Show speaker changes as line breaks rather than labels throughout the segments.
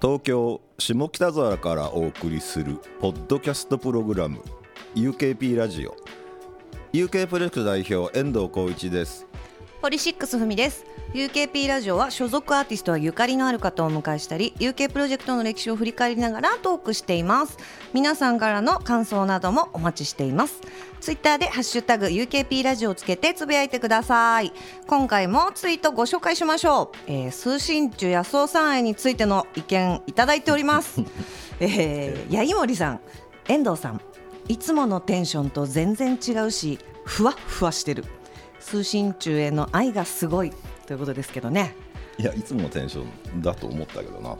東京下北沢からお送りするポッドキャストプログラム UKP ラジオ UK プロジェクト代表遠藤浩一です
ポリシックスふみです UKP ラジオは所属アーティストはゆかりのある方をお迎えしたり UK プロジェクトの歴史を振り返りながらトークしています皆さんからの感想などもお待ちしていますツイッターでハッシュタグ UKP ラジオをつけてつぶやいてください今回もツイートご紹介しましょう、えー、通信中野草三愛についての意見いただいておりますえー、八木森さん遠藤さんいつものテンションと全然違うしふわっふわしてる通信中への愛がすごいということですけどね
いやいつものテンションだと思ったけどな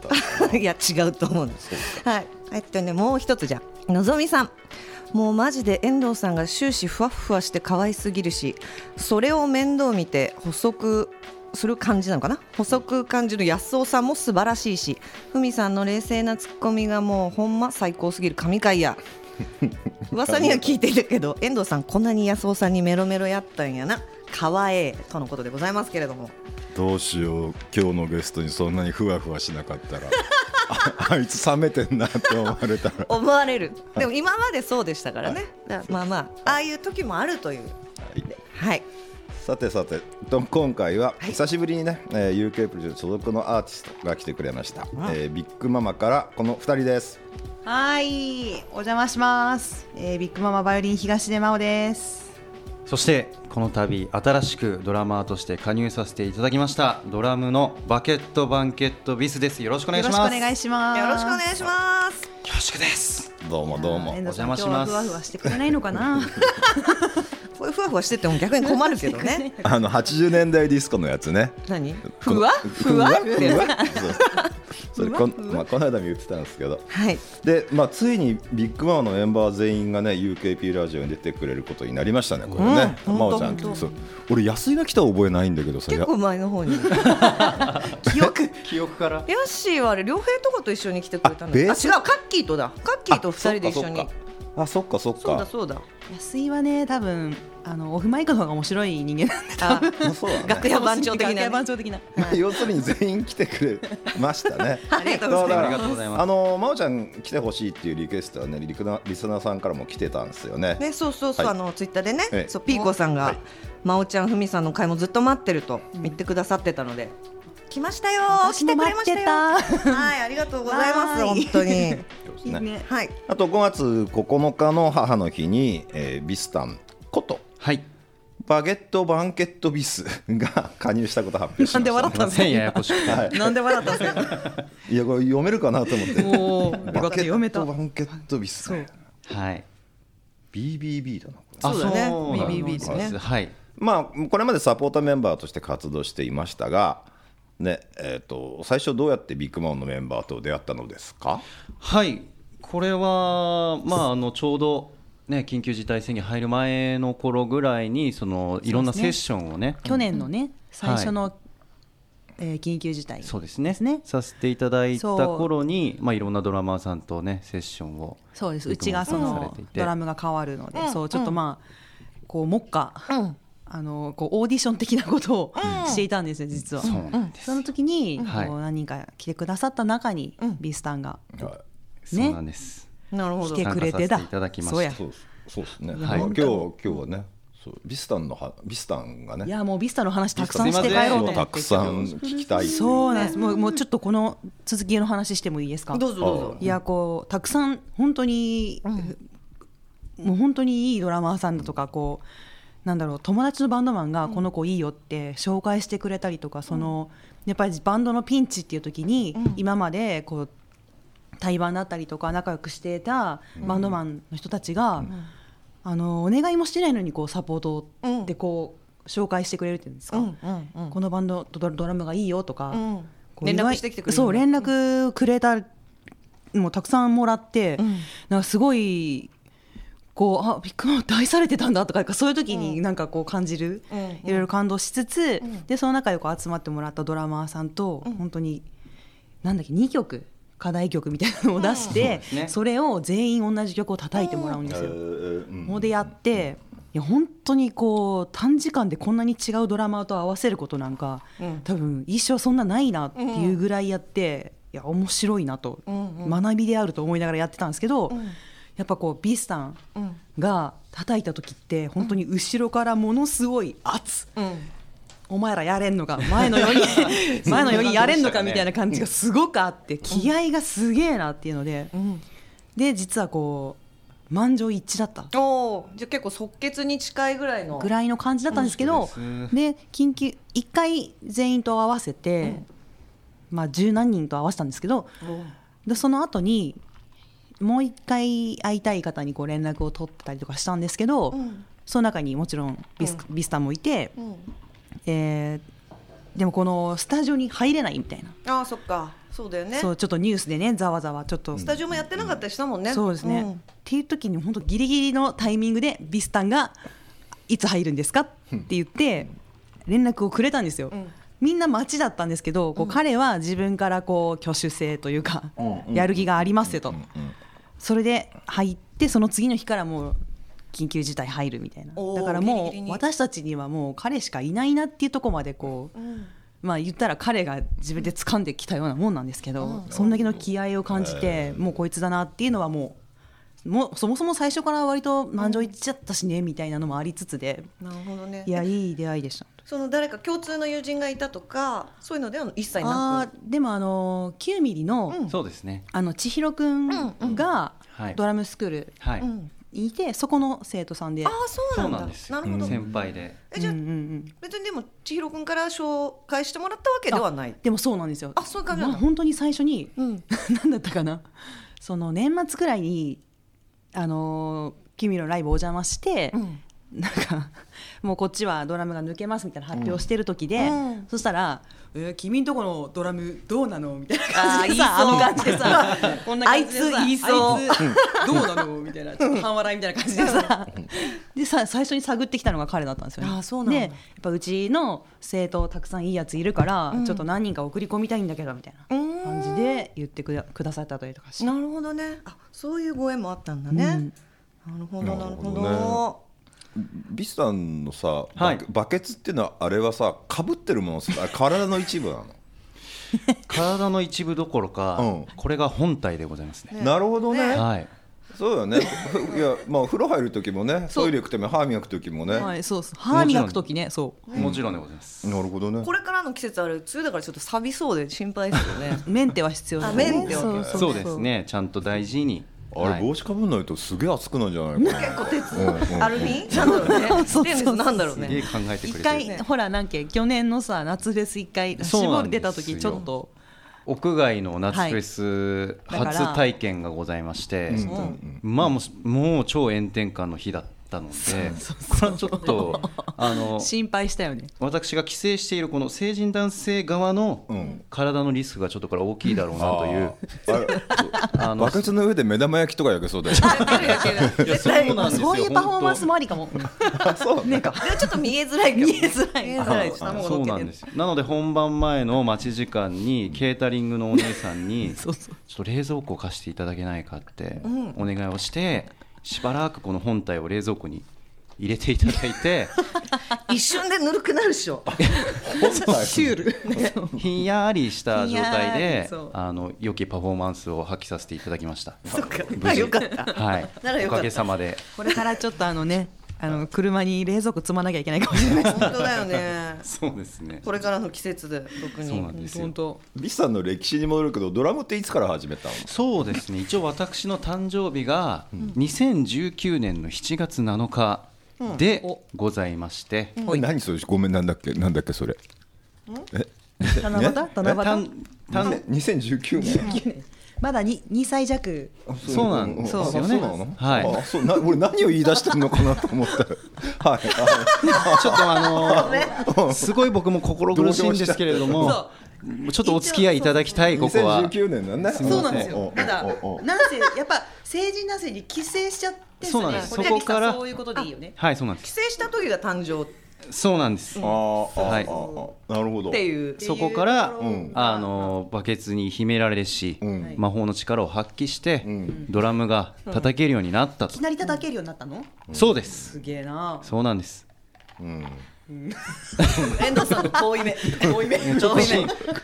いや違うと思うんですはいえっとねもう一つじゃあのぞみさんもうマジで遠藤さんが終始ふわっふわして可愛すぎるしそれを面倒見て補足する感じなのかな補足感じる安尾さんも素晴らしいしふみさんの冷静なツッコミがもうほんま最高すぎる神回や噂には聞いているけど遠藤さんこんなに安尾さんにメロメロやったんやな可愛いとのことでございますけれども
どうしよう今日のゲストにそんなにふわふわしなかったら ああいつ冷めてんなって思われたら
思われるでも今までそうでしたからね、だからまあまあああいう時もあるというはい
さてさてと今回は
はい
久しぶりにね、えー UK プロジェクト所属のアーティストが来てくれました、えービッグママからこの2人です
はい、お邪魔します、えービッグママバイオリン東出真央です。
そしてこの度新しくドラマーとして加入させていただきましたドラムのバケットバンケットビスですよろしくお願いします
よろしくお願いします。
よろしくお願いします
恐縮です
どうもどうも
遠藤さん
お邪魔します
今日はふわふわしてくれないのか な。
こういうふわふわしてても逆に困るけど ね
あの80年代ディスコのやつね
何
こ
ふ
の
わふわっ
ふ
て
わそうそれこん、まあ、この間も言ってたんですけど
はい
で、まあ、ついにビッグママのメンバー全員がね UKP ラジオに出てくれることになりましたねこれね、
うん
真央ちゃ
本当
ん
本当
そう俺安井が来た覚えないんだけどさ
結構前の方にヨ
記憶記憶から
ッシーはあれ良平とかと一緒に来てくれたんだ
あベ
あ
ース
違うカッキーとだカッキーと二人で一緒に
あそっかそっか
そうだ
そ
そうだ
安井はね、多分あのオフマイクの方が面白い人間なんで。
あ
うだそうだね
楽屋番長的なね
楽屋番長的な。
ま あ、要するに全員来てくれました ね。
ありがとうござい
だ
ま
か
ありがとうございます
らあの真央ちゃん来てほしいっていうリクエストはねリクナリスナーさんからも来てたんですよね。
ね、そうそうそう、
はい
あのツイッターでね、
ええ
そうピーコさんが、
はい
真央ちゃん、ふみさんの会もずっと待ってると言ってくださってたので、来ましたよー、来
私
て
も
くれましたよー。
待ってた
はい、ありがとうございます、
はー
本
い
当に。
すね
いいね
はい、
あと5月9日の母の日に、えービスタンこと
はい
バゲットバンケットビスが加入したこと発表しました、
なんで笑っ
すいませんややこしくて、
はい
なんで笑ったんですか。
いやこれ読めるかなと思って。
お お、
バケ
読め
ッ
た
ト。バンケットビス、ね。
はい、
BBB だなこれ。
そうだね
BBB
そうなん
ですね
はい
まあ、これまでサポーターメンバーとして活動していましたが、ねえー、と最初どうやってビッグマウンのメンバーと出会ったのですか
はい、これは、まあ、あのちょうど、ね、緊急事態宣言入る前の頃ぐらいにそのいろんなセッションをね
去年のね、最初の、えー緊急事態。
そうですね
ですね
させていただいた
そう
頃に、まあ、いろんなドラマーさんとねセッションを
そうです。うちがそ
され
の
ていて
ドラムが変わるので、そうちょっとまあこう目下、あのこうオーディション的なことをしていたんですよ実は。
そうなんです、
その時に、
はい
こう何人か来てくださった中に、ビスタンが
そうなんです、
なるほ
来
ど
て。くれてだ。
参加させていただきました
そうや。
そうそうですね、
はい
まあ今日今日はねそうビスタンのはビスタンがね
いやもうビスタの話たくさん
ビスタ
して
すい
帰
ません
ろう
そ
と
うたくさん聞きたい
そうなんです。もうもうちょっとこの続きの話してもいいですか。
どうぞどうぞ。
いやこうたくさん本当に、もう本当にいいドラマーさんだとかこうなんだろう友達のバンドマンがこの子いいよって紹介してくれたりとか、そのやっぱりバンドのピンチっていう時に、今までこう対バンだったりとか仲良くしていたバンドマンの人たちが、あのお願いもしてないのにこうサポートでこう紹介してくれるっていうんですか、
うんうん
このバンドドドラムがいいよとか、
うん
こう
連絡
言わい
してきてくれる
そう連絡くれたもうたくさんもらって、なんかすごいこうあビッグマムって 愛されてたんだとかなんかそういう時になんかこう感じる、
うん
いろいろ感動しつつ、でその中でこう集まってもらったドラマーさんと、本当になんだっけ2曲課題曲みたいなのを出して、
うんうん
それを全員同じ曲を叩いてもらうんですよ。
う
もでやって、いや本当にこう短時間でこんなに違うドラマーと合わせることなんか、多分一生そんなないなっていうぐらいやって、いや面白いなと、
うんうん
学びであると思いながらやってたんですけど、
うん
やっぱこうビスさん
うん
が叩いた時って本当に後ろからものすごい圧、
うん
お前らやれんのか前のよ うに前のようにやれんのかみたいな感じがすごくあって気合がすげえなっていうので、
うん
で実はこう満場一致だった
おおじゃあ結構即決に近いぐらいの
ぐらいの感じだったんですけど、
そうです
で緊急1回全員と合わせて、まあ十何人と合わせたんですけどでその後にもう一回会いたい方にこう連絡を取ったりとかしたんですけど、
うん
その中にもちろんビス,、ビスタもいて、
うん
えーでもこのスタジオに入れないみたいな、
ああそっかそうだよね
そうちょっとニュースでねざわざわちょっと
スタジオもやってなかったりしたもんね
そうですね、っ
ん
ていう時に本当ギリギリのタイミングでビスタンが「いつ入るんですか?」って言って連絡をくれたんですよ、
ん
みんな待ちだったんですけどこう彼は自分からこう挙手制というか、
うん
やる気がありますよと、それで入ってその次の日からもう緊急事態入るみたいな
おー
だからもう
ギリギリに
私たちにはもう彼しかいないなっていうところまでこう、
うん
まあ言ったら彼が自分で掴んできたようなもんなんですけど、そんだけの気合を感じて、もうこいつだなっていうのはもうもうそもそも最初から割と満場一致だったしね、みたいなのもありつつで
なるほどね
いやいい出会いでした。
その誰か共通の友人がいたとかそういうのでは一切な
あーでもあの9ミリの、
うん
そうですね
あの千尋くんが
はい
ドラムスクール
はい、
くうん
にいてそこの生徒さんで、
ああそう
そ
な
うん
だ
なんですよ
るほど
先輩で
えじゃあ
うんうんうん
別にでも千尋くんから紹介してもらったわけではない
でもそうなんですよ
あそういう感じなんだ
まあ本当に最初に、
うん
何だったか なその年末くらいにあのー君のライブお邪魔して、
うん
なんか もうこっちはドラムが抜けますみたいな発表してる時で、
うんうん
そしたら、えー君んとこのドラムどうなの?」みたいな
あ
感
ー言
じで
い
さあ
そう
の感じでさ
こんな
あ
感
い
じでさ
つ言いそう
あい
どうなの?」みたいなちょっと半笑いみたいな感じでさでさ最初に探ってきたのが彼だったんですよね。
あーそうなんだ
でやっぱうちの生徒たくさんいいやついるから、
うん
ちょっと何人か送り込みたいんだけどみたいな
うーん
感じで言ってくだくださったりとかして
なるほどねあそういうご縁もあったんだね、なるほどなるほど
なるほビスさんのさ、
は
バ
い
ケバケツっていうのはあれはさかぶってるものっすあれ体の一部なの、
体の一部どころか、
うん
これが本体でございますね
なるほどね
はい
そうよねふいやまあ風呂入る時もね
そう
トイレ行く時も歯磨く時もね、
はい、そうです歯磨く時ねそう
もちろんでございます、
なるほどね
これからの季節あれ梅雨だからちょっと錆びそうで心配ですよね
メンテは必要だ
あメンテは
そう
そうですねちゃんと大事に
あ
は
れ
い
帽子かぶんないとすげえ熱くなんじゃないかな
結構鉄
うんうん
アルミなんだろうね
そうそうそう
レンズなんだろう
すげえ
ね
考えてく
一
れてる
回、ほらなんけ去年のさ夏フェス一回
そう
絞
な
り
ん
出
ですよ
た時ちょっと
屋外の夏フェス
はいだから
初体験がございまして、
うん
まあもうもう超炎天下の日だったのでこれはちょっとあの
心配したよね
私が帰省しているこの成人男性側の
ん
体のリスクがちょっとこれ大きいだろうなという、
あれ
あの
バケツの上で目玉焼きとか焼けそうだよ
絶対
そうなんですよ
そういうパフォーマンスもありかも
そうね
でもちょっと見えづらいけど
見えづらい
見えづらいです
あ
卵
そ
乗
う
っけ
な
て
んですよなので本番前の待ち時間にケータリングのお姉さ んにちょ
そうそう
っと冷蔵庫を貸していただけないかって
ん
お願いをしてしばらくこの本体を冷蔵庫に入れていただい て
一瞬でぬるくなるでしょ
シュール
ひんやりした状態
ひんやり
で
そう
あの良きパフォーマンスを発揮させていただきました。
そっかあよかった
はい
なら、
お
よかった
かげさまで
これからちょっとあのねあの車に冷蔵庫積まなきゃいけないかもしれない
本当だよね
そうですね
これからの季節で特に
そうなんですよ
本当
ビスさんの歴史に戻るけどドラムっていつから始めたの
そうですね一応私の誕生日が2019年の7月7日でございまして、
え何それごめんなんだっけなんだっけそれ
七夕七
た
夕
んたん
2019年
まだに二歳弱
そうなんですよ
あ
ね
そうなの
はい
あそうな俺何を言い出してるのかなと思った はい
ちょっとあのーすごい僕も心苦しいんですけれどもちょっとお付き合いいただきたいここは
2019年なんだね
すいませんそうなんです
おおおおお
なんせやっぱ成人男性に帰省しちゃって
そうなんですそこから
いうことでいいよね
はいそうなんで
帰
す
省した時が誕生っ
そうなんです
あーあー
はい
あーあーなるほど
ていう
そこから、
ん
あのバケツに秘められし、
ん
魔法の力を発揮して、
ん
ドラムが叩けるようになった
い
と
き、なり叩けるようになったの
そうです
すげえな
そうなんです
うん
遠藤さんの遠い目遠い目
ち
遠
ょっと
い
し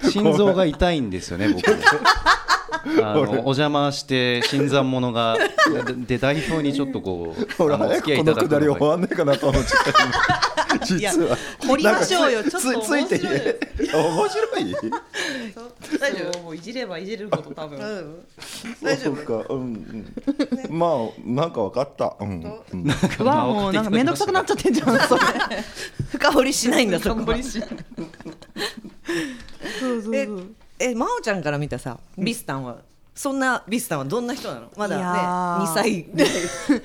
目
心臓が痛いんですよね、僕。あのお邪魔して新参者がでで代表にちょっとこう
俺
あのお
早
付き合
くこ
いいた
のく
だ
だ
く
り
の
終
が
わんねえかなと思っちゃった今実は
掘りましょうよ
なんかつ
ちょっと面白い
ついていえ面白い
大丈夫
もういじればいじるほど多分
大丈夫
そうかうん、うん、まあなんか分かったうん、うん
うわもうなんか面倒くさくなっちゃってんじゃんそれ
深掘りしないんだそこは
そうそう
え
そう
え真央ちゃんから見たさビスタンはそんなビスタンはどんな人なのま
いやー
だね2歳ぐらい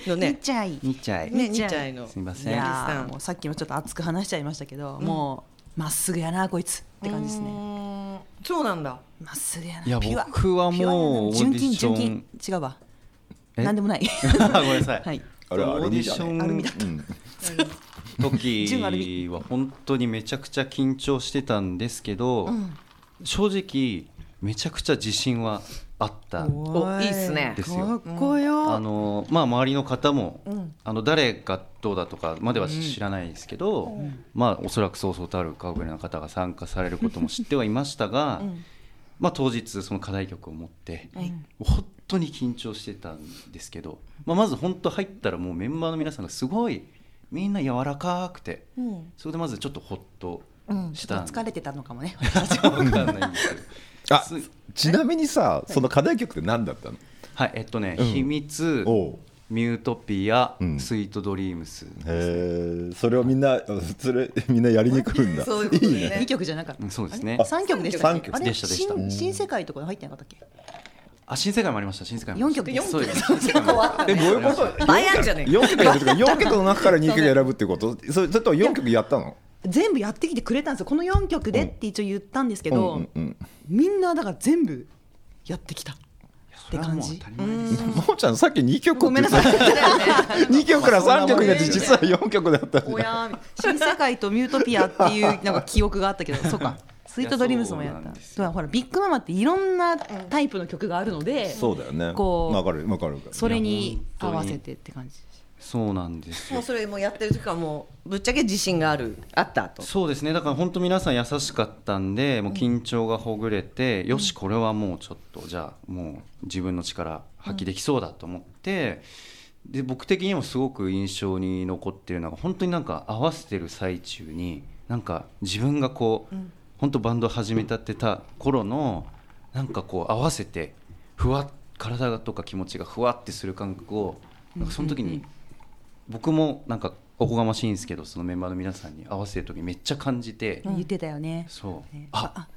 の
ね
ね
ちゃい
2 歳
ね
ちっちゃ
2歳
い
の
すみませ
い
ん
や
さん
ーもうさっきもちょっと熱く話しちゃいましたけど、もうまっすぐやなこいつって感じですね
ねそうなんだ
まっすぐやない
や
ピュア
僕はもう
ピュアやな
オーディション
純金純金違うわ
え
なんでも ない
ごめんなさい、
はい
あれあれ
オーディ
に
シ
だ
ョ
ね
アルミ
ン
だ
うん
時は本当にめちゃくちゃ緊張してたんですけど、正直めちゃくちゃ自信はあった
おいいっすね
ですよ
かっこよ、
あのまあ、周りの方も、
ん
あの誰がどうだとかまでは知らないですけど、まあ、おそらくそうそうたる顔ぶれの方が参加されることも知ってはいましたが、まあ、当日その課題曲を持って、本当に緊張してたんですけど、まあ、まず本当入ったらもうメンバーの皆さんがすごいみんな柔らかくて、それでまずちょっとほっとし
ちょ
た
っ
ん
と
で
疲れてたのかも ね
わかんないんです けど。
あ
す
ちなみにさその課題曲って何だったの
はいえっとね、
うん
秘密
おう
ミュートピア、
うん
スイートドリームス
へえそれをみんなそれみんなやりに来るんだ
そういうこと
い
ね
いね
二曲じゃなかった
うんそうですね
あ
三曲でしたっけ
三曲
あれ
でしたでした
新新世界とか入ってなかったっけ
あ新世界もありました新世界もありました
四曲
そうです新世界もあり
えど
ました
ういうこと
倍あんじゃねえか
4曲やるとか4曲の中から2曲選ぶってことそれそれと4曲やったの
全部やってきてくれたんですよこの四曲でって一応言ったんですけど、
うんうんうん
みんなだから全部やってきたって
それは
感
もう
じ
当たり前ですよ
ももちゃんさっき2曲
ごめんなさ
い
い
2曲から3曲が実は4曲だったん
お
だ
やー新世界とミュートピアっていうなんか記憶があったけど そうかスイートドリームスもや
いやそう
っ
なん
た
です
そうほらビッグママっていろんなタイプの曲があるので、
そうだよね
こう
わかるわかる
それに合わせ
いや本当
てって感じ
そうなんです
もう
よ
それもうやってる時からもうぶっちゃけ自信があるあったと
そうですねだから本当皆さん優しかったんでもう緊張がほぐれて、よしこれはもうちょっとじゃあもう自分の力発揮できそうだと思って、で僕的にもすごく印象に残ってるのが本当になんか合わせてる最中になんか自分がこう、本当バンド始めたってた頃のなんかこう合わせてふわっ体とか気持ちがふわってする感覚をなんかその時に僕もなんかおこがましいんですけどそのメンバーの皆さんに合わせる時めっちゃ感じて、
言ってたよね、
そう、
ね
あ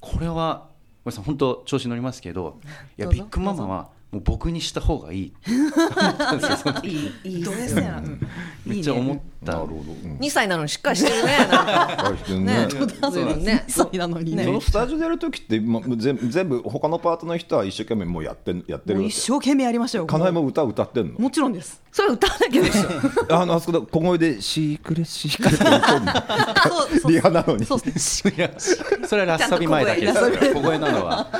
これはごめんなさい本当調子乗りますけどいや
どうぞ
ビッグママはもう僕にした方がいいって思ったんですよその時
いいドレスやな、うん
めっちゃ思
な
っ
る
た
ほ どうん
2歳なのにしっかりしてるねなんか
ね
ね随分ね
そうなのにね
そのスタジオでやる時ってま全全部他のパートの人は一生懸命もうやってんやって
も
る
う
わ
一
け
生懸命やりましょう
かなえも歌歌ってんの
もちろんです
それ歌わなきゃでし ょ
あのあそこで小声でシークレシークレって言ってんの
そうそう
リハなのに
そう ですね
いやそれはラッサビ前だけですから小声なのは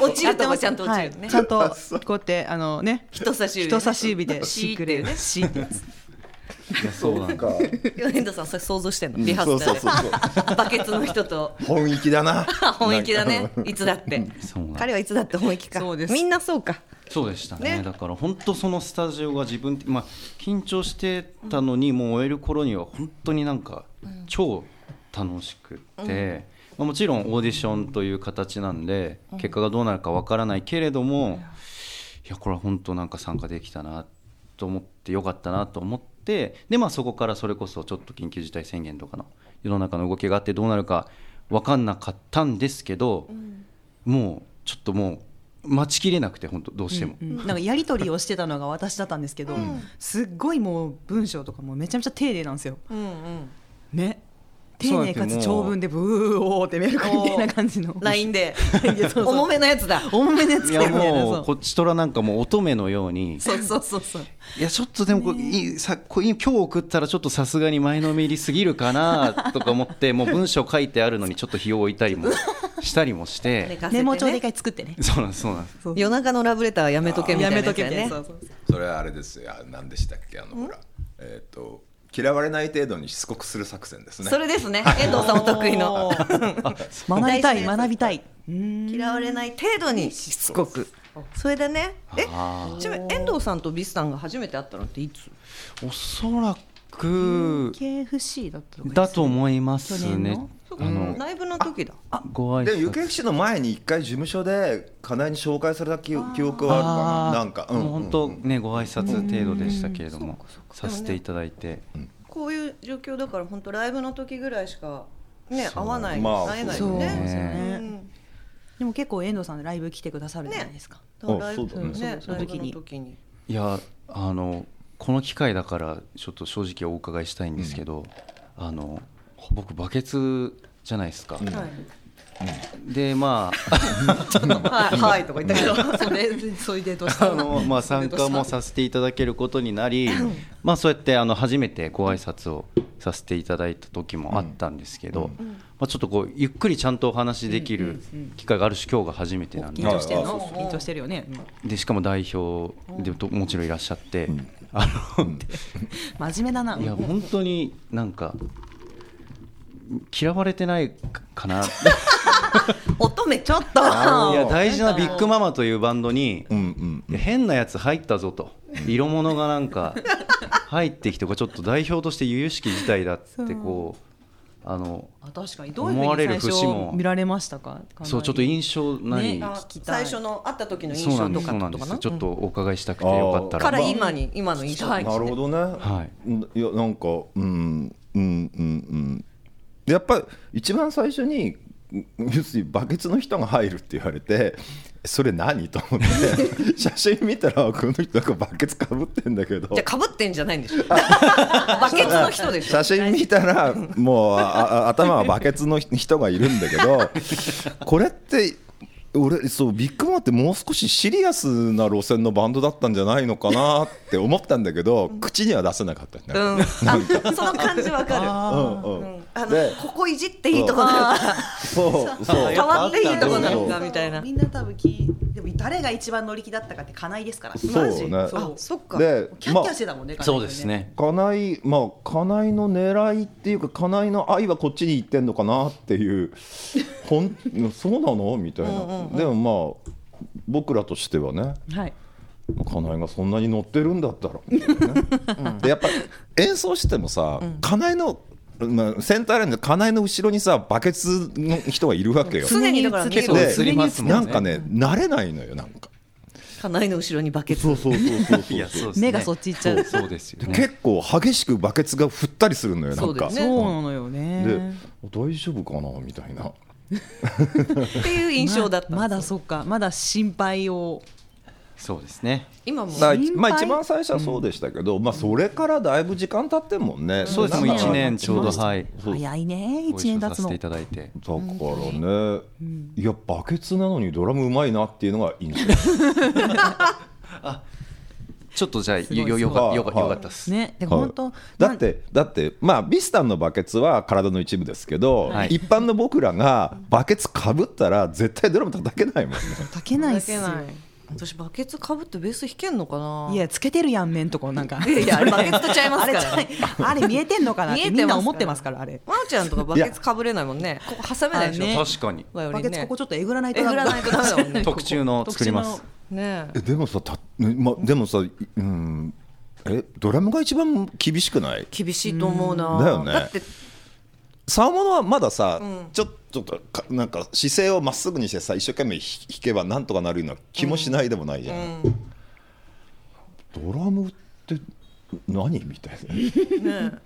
落ちるとこちゃんと落ち
は
る
い
よね
ちゃんとこうやってあのね
人差し指で
人差し指で
シー
し
っ
く
て
れ
ね
しってやつ
いやそうなんだ
か
遠藤さんそれ想像してんの
うん
リハーサルで
そうそうそ
バケツの人と
本域だな
本意気だね いつだって
そうなんだ
彼はいつだって本意気か
そうです
みんなそうか
そうでしたね
ね
だから本当そのスタジオが自分的、まあ、緊張してたのにもう終える頃には本当になんか超楽しくって、まあ、もちろんオーディションという形なんで結果がどうなるかわからないけれども、いやこれは本当なんか参加できたなと思ってよかったなと思ってで、まあ、そこからそれこそちょっと緊急事態宣言とかの世の中の動きがあってどうなるかわかんなかったんですけど、もうちょっともう待ちきれなくて本当どうしても。
うんなんかやり取りをしてたのが私だったんですけど、すっごいもう文章とかもめちゃめちゃ丁寧なんですよ。
うんうん
ね丁
そうなん
寧
で
か
す
つ
もう
長文でブーおーってメールくみたいな感じの
LINE で
いやそうそう
重めのやつだ
重めの やつ
い
来た
や
みたいな
もう
そ
こっちとらなんかもう乙女のように
うそうそうそう
いやちょっとでもこういいさこう今日送ったらちょっとさすがに前のめりすぎるか なとか思ってもう文章書いてあるのにちょっと日を置いたりもしたりもし
寝
て
かせてね
メモ帳で一回作ってね
そうなんですそうなんです
夜中のラブレターはやめとけみた
や
いな
め
や
と
つ
け
だ
み
よ
たいな
ね
そうそうそう
それはあれですよあ何でしたっけあのほらえっ、と
嫌われない程度にしつこくする作戦ですね
それですね遠藤さんお得意の大事
学びたい
なやつ
学びたい
嫌われない程度にしつこくそれでねえ
あー
ちなみに遠藤さんとビスさんが初めて会ったのっていつ
おそらく
KFC だった
だと思いま
去
す
年
ね
の
あの
ライブの時だ
ご挨
でも行
拶
方不の前に一回事務所で金井に紹介された記記憶はあるかななんか、
もう本当ねご挨拶程度でしたけれどもさせていただいて
こういう状況だから本当ライブの時ぐらいしかね
そう
会わない
まあ
会えないよ
そう
ね
ですよ
う
ね
ん
でも結構遠藤さんライブ来てくださるじゃないですか、
だからライ
あそうだね
ブね
そう
ラ
そう
イブの時に
いやあのこの機会だからちょっと正直お伺いしたいんですけど、あの僕バケツじゃないですか、
はい
でまあ
はいはいとか言ったけどそれそういうデート
あの、まあ、参加もさせていただけることになり、まあ、そうやってあの初めてご挨拶をさせていただいた時もあったんですけど、まあ、ちょっとこうゆっくりちゃんとお話できる機会があるし今日が初めてなんで
緊張してるの
ああ
そうそう
緊張してるよね、うん
でしかも代表でともちろんいらっしゃって、あの
真面目だない
や本当になんか嫌われてないかない
乙女ちょっと
あー
や大事なビッグママというバンドに
うんうん
いや変なやつ入ったぞと色物がなんか入ってきてこれちょっと代表として由々しき事態だってこうあの
あ確かにどういうふ
思
う
わ
に
れ
最
る
初
節も
見られましたか
そうちょっと印象ない、
ね
あ
聞きた
最
い
初の会った時の
そ
印
うな
象
んで
と
す
か
そうなん
と
で
か
す
な
ちょっと
うん
お伺いしたくてよかった、
からら今に今の印象
はい
なるほどね、
はい
うんいやなんかうんうんうんうんやっぱり一番最初にうん要するにバケツの人が入るって言われてそれ何と思って写真見たらこの人なんかバケツかぶってんだけど
じゃかぶってんじゃないんでしょ バケツの人でしょ
写真見たらもうああ頭はバケツの人がいるんだけどこれって俺そうビッグマンってもう少しシリアスな路線のバンドだったんじゃないのかなって思ったんだけど口には出せなかったんだ
う
よ
ん、あその感じわか
うんう
る、うんん、あの
で
ここいじっていいとこなのか
そうそう
変わっていいとこな
そ
の
う
かみたいな
みんな多分きでも誰が一番乗り気だったかって金井ですから
そうね
マジ
あ
そう
そっか
で
キャッキャしてたもんね、金井
そうですね
金井まあ金井の狙いっていうか金井の愛はこっちに行ってんのかなっていうほんそうなのみたいな、でもまあ僕らとしてはね
はい
金井がそんなに乗ってるんだったら、みたいなねでやっぱ演奏してもさ、金井の、まあ、センターラインの金井の後ろにさバケツの人がいるわけよ
常にだから
常に映って
結
で
構
る
映りますもんね
なんかね慣れないのよなんか
家内の後ろにバケツ
そうそうそうそうそう
いやそうですね
目がそっち行っちゃう
そうそうですよね
結構激しくバケツが振ったりするのよなんか
そうだよね
そうなのよ
で
ね
大丈夫かなみたいな
っていう印象だったんですよ、
まだそっかまだ心配を
そうですね
今も
だから
心配
まあ、一番最初はそうでしたけど、まあ、それからだいぶ時間経ってんもんね、
そうですもう
なんか
1年ちょうどはい
そうだか
早いね
ご
一
一緒
年
さ
経つ
せ
の
ていただいて
らね、いやバケツなのにドラムうまいなっていうのが印象
ちょっとじゃあよ
ごい
よよ
は
か
い
よかよかったです、
ねで
はい
本当
だってだってまあビスタンのバケツは体の一部ですけど、
はい
一般の僕らがバケツかぶったら絶対ドラム叩けないもんね
かけないっすよ
叩けない私バケツかぶってベース弾けんのかない
やつけてるやん面とこなんか
いやいやあれバケツとちゃいますからね
あれちゃいあれ見えてんのかな っ
見え
て
てますから
みんな思ってますからあれ
まーちゃんとかバケツかぶれないもんねここ挟めないでしょ、
あね
確かに
バイオリ
バ
ン
ケツ
ね
ここちょっとえぐらないと
えぐらないとダメだも んね
特注の作ります
ね え
えでもさた、ま、でもさ、うん、えドラムが一番厳しくない
厳しいと思うな
だよね
だって
沢物はまださ、ちょちょっとかなんか姿勢をまっすぐにしてさ一生懸命弾弾けばなんとかなるような気もしないでもないじゃん、ドラムって何みたいな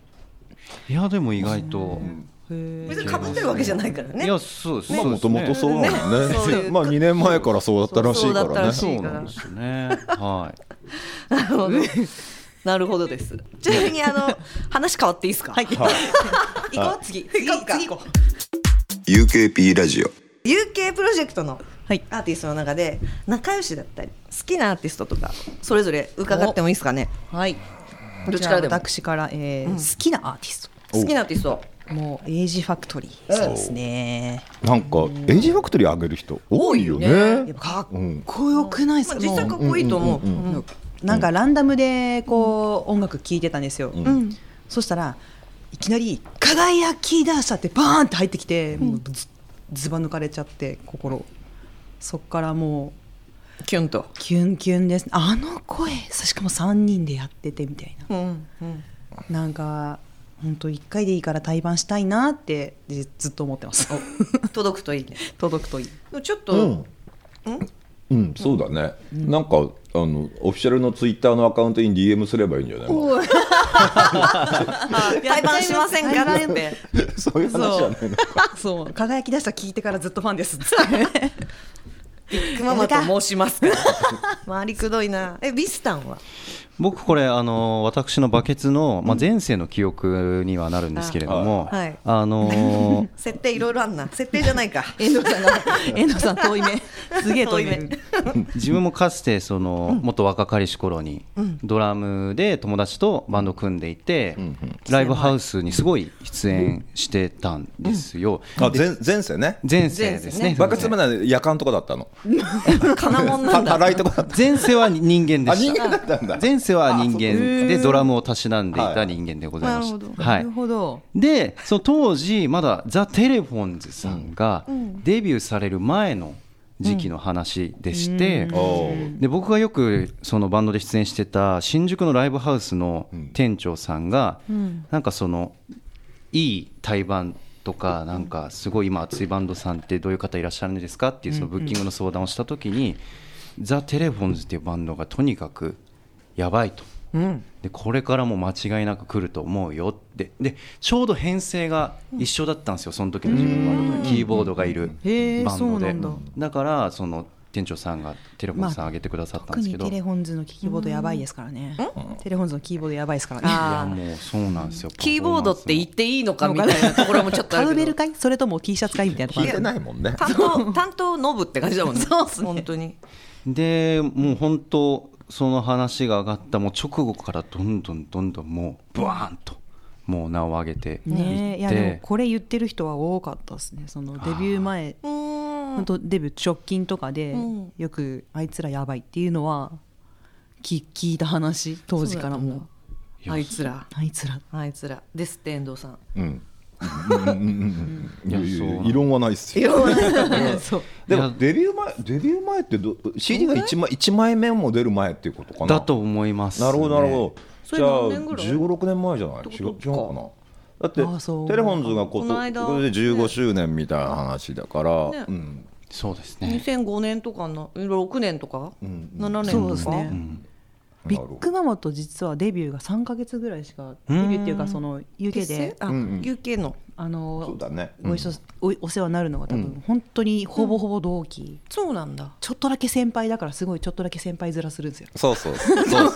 いやでも意外と、
別にかぶってるわけじゃないからね
いやそうです
まあ
そう
も
です
とも
ね
とそうなのね
ねそういう
まあ2年前からそうだったらしいか
そうだった
ら
ら
ね
しい
そうなんですよねはい
なるほどなるほどですちなみにあの話変わっていいですかはい
はい
行こう次次
行こうか
次行こう
UKP ラジオ
UK プロジェクトの
はい
アーティストの中で仲良しだったり好きなアーティストとかそれぞれ伺ってもいいですかね
はい
どっちからでも
じゃあ私から、えー好きなアーティス
お
好きなアーティスト
トもうエイジファクトリーそうですね
なんかエイジファクトリー上げる人多いよね
やっぱかっ
うん
こよくないです
ま
か、
あ実際か
も
っこいいと思
う
う
んうんうん
うなんかランダムでこう、音楽聴いてたんですよ、
ん
そしたらいきなり「輝き出した」ってバーンって入ってきて、もうずずば抜かれちゃって心そっからも
キュンと
うキュンキュンですあの声しかも3人でやっててみたいな
うんうん
なんか本当1回でいいから対バンしたいなってずずっと思ってます
届くといいね
届くといい
ちょっ
う
と
んうん、そうだね、なんかあのオフィシャルのツイッターのアカウントに DM すればいいんじゃないもう
対バンしませんからって
そういう話じゃないの
そう輝き出した聞いてからずっとファンですっつって
熊本と申しますから周りくどいなえビスタンは
僕これあの私のバケツの、まあ、前世の記憶にはなるんですけれども、
あはい
あのー
設定いろいろあんな設定じゃない か
遠藤さんが遠藤さん 遠い目すげえ遠い
遠い
目
自分もかつてその、もっと若かりし頃にドラムで友達とバンド組んでいて、ライブハウスにすごい出演してたんですよ、
あ前前世ね
前世ですね
バカつまらない夜間とかだったの
金物なんだ
たらいとかだった
前世は人間
あ
で
人
した
間だったんだ
前世は人間でドラムをたしなんでいた人間でござい
な
ま
る
し
ほど、
た、は
ないる、ほど
でその当時まだザ・テレフォンズさんがデビューされる前の時期の話でして、
おー
で僕がよくそのバンドで出演してた新宿のライブハウスの店長さんが、なんかそのいい対バンとかなんかすごい今熱いバンドさんってどういう方いらっしゃるんですかっていうそのブッキングの相談をした時に、ザ・テレフォンズっていうバンドがとにかくやばいと。
うん
でこれからも間違いなく来ると思うよってでちょうど編成が一緒だったんですよその時の自分はキーボードがいる
へえ
バン
そ
ド
うな
で
んだ
だからその店長さんがテレフォンさん上げてくださったん
特
ですけ
に
ど、
テレ
い
ホンズのキーボードやばいですからねテレホンズのキーボードやばいですから
あ
ね
やもうそうなんですよ
キーボードって言っ
パ
ていいのかみたいなところもちょっとあ
カ
る
ウベ
け
ル
ど
かいそれとも T シャツかいみたいなとこ
聞い
ろ
てないもんね
担当担当ノブって感じだもんね
そうっすね
本当に
フォーマンスもでもう本当その話が上がったもう直後からどんどんどんどんもうブワーンともう名を上げていって、
ねえいやでもこれ言ってる人は多かったですねそのデビュー前
うー
本
ん
当デビュー直近とかで
うん
よくあいつらやばいっていうのは聞聞いた話当時からもう
あいつら
あいつら
あいつらですって遠藤さん
うんうんうんうんうんいやいや
いやそう
異論はないっすよ
そう
で
いや
もデビュー前デビュー前ってど CD が一枚一枚目も出る前っていうことかな
だと思います、
なるほどなるほ
そ
ど
れ
じゃあ
何年ぐらい
1 5六6年前じゃない
て
違
こ
う
とか
違うかなだってテレ
あそう
フォンズがこ
ことの間
これで15周年みたいな話だから、
ね
うん
そうですね
2005年とかの6年とか
うんうん
7
そうで
年
す
とか
ねビッグママと実はデビューが3か月ぐらいしかデビューっていうかその UK
結
で
成あ
うんうん
UK の
あ
そう
の
だね
ご一緒おお世話になるのが多分本当にほぼほぼ同期
そうなんだ
ちょっとだけ先輩だからすごいちょっとだけ先輩面するんですよ
そうそうそうそう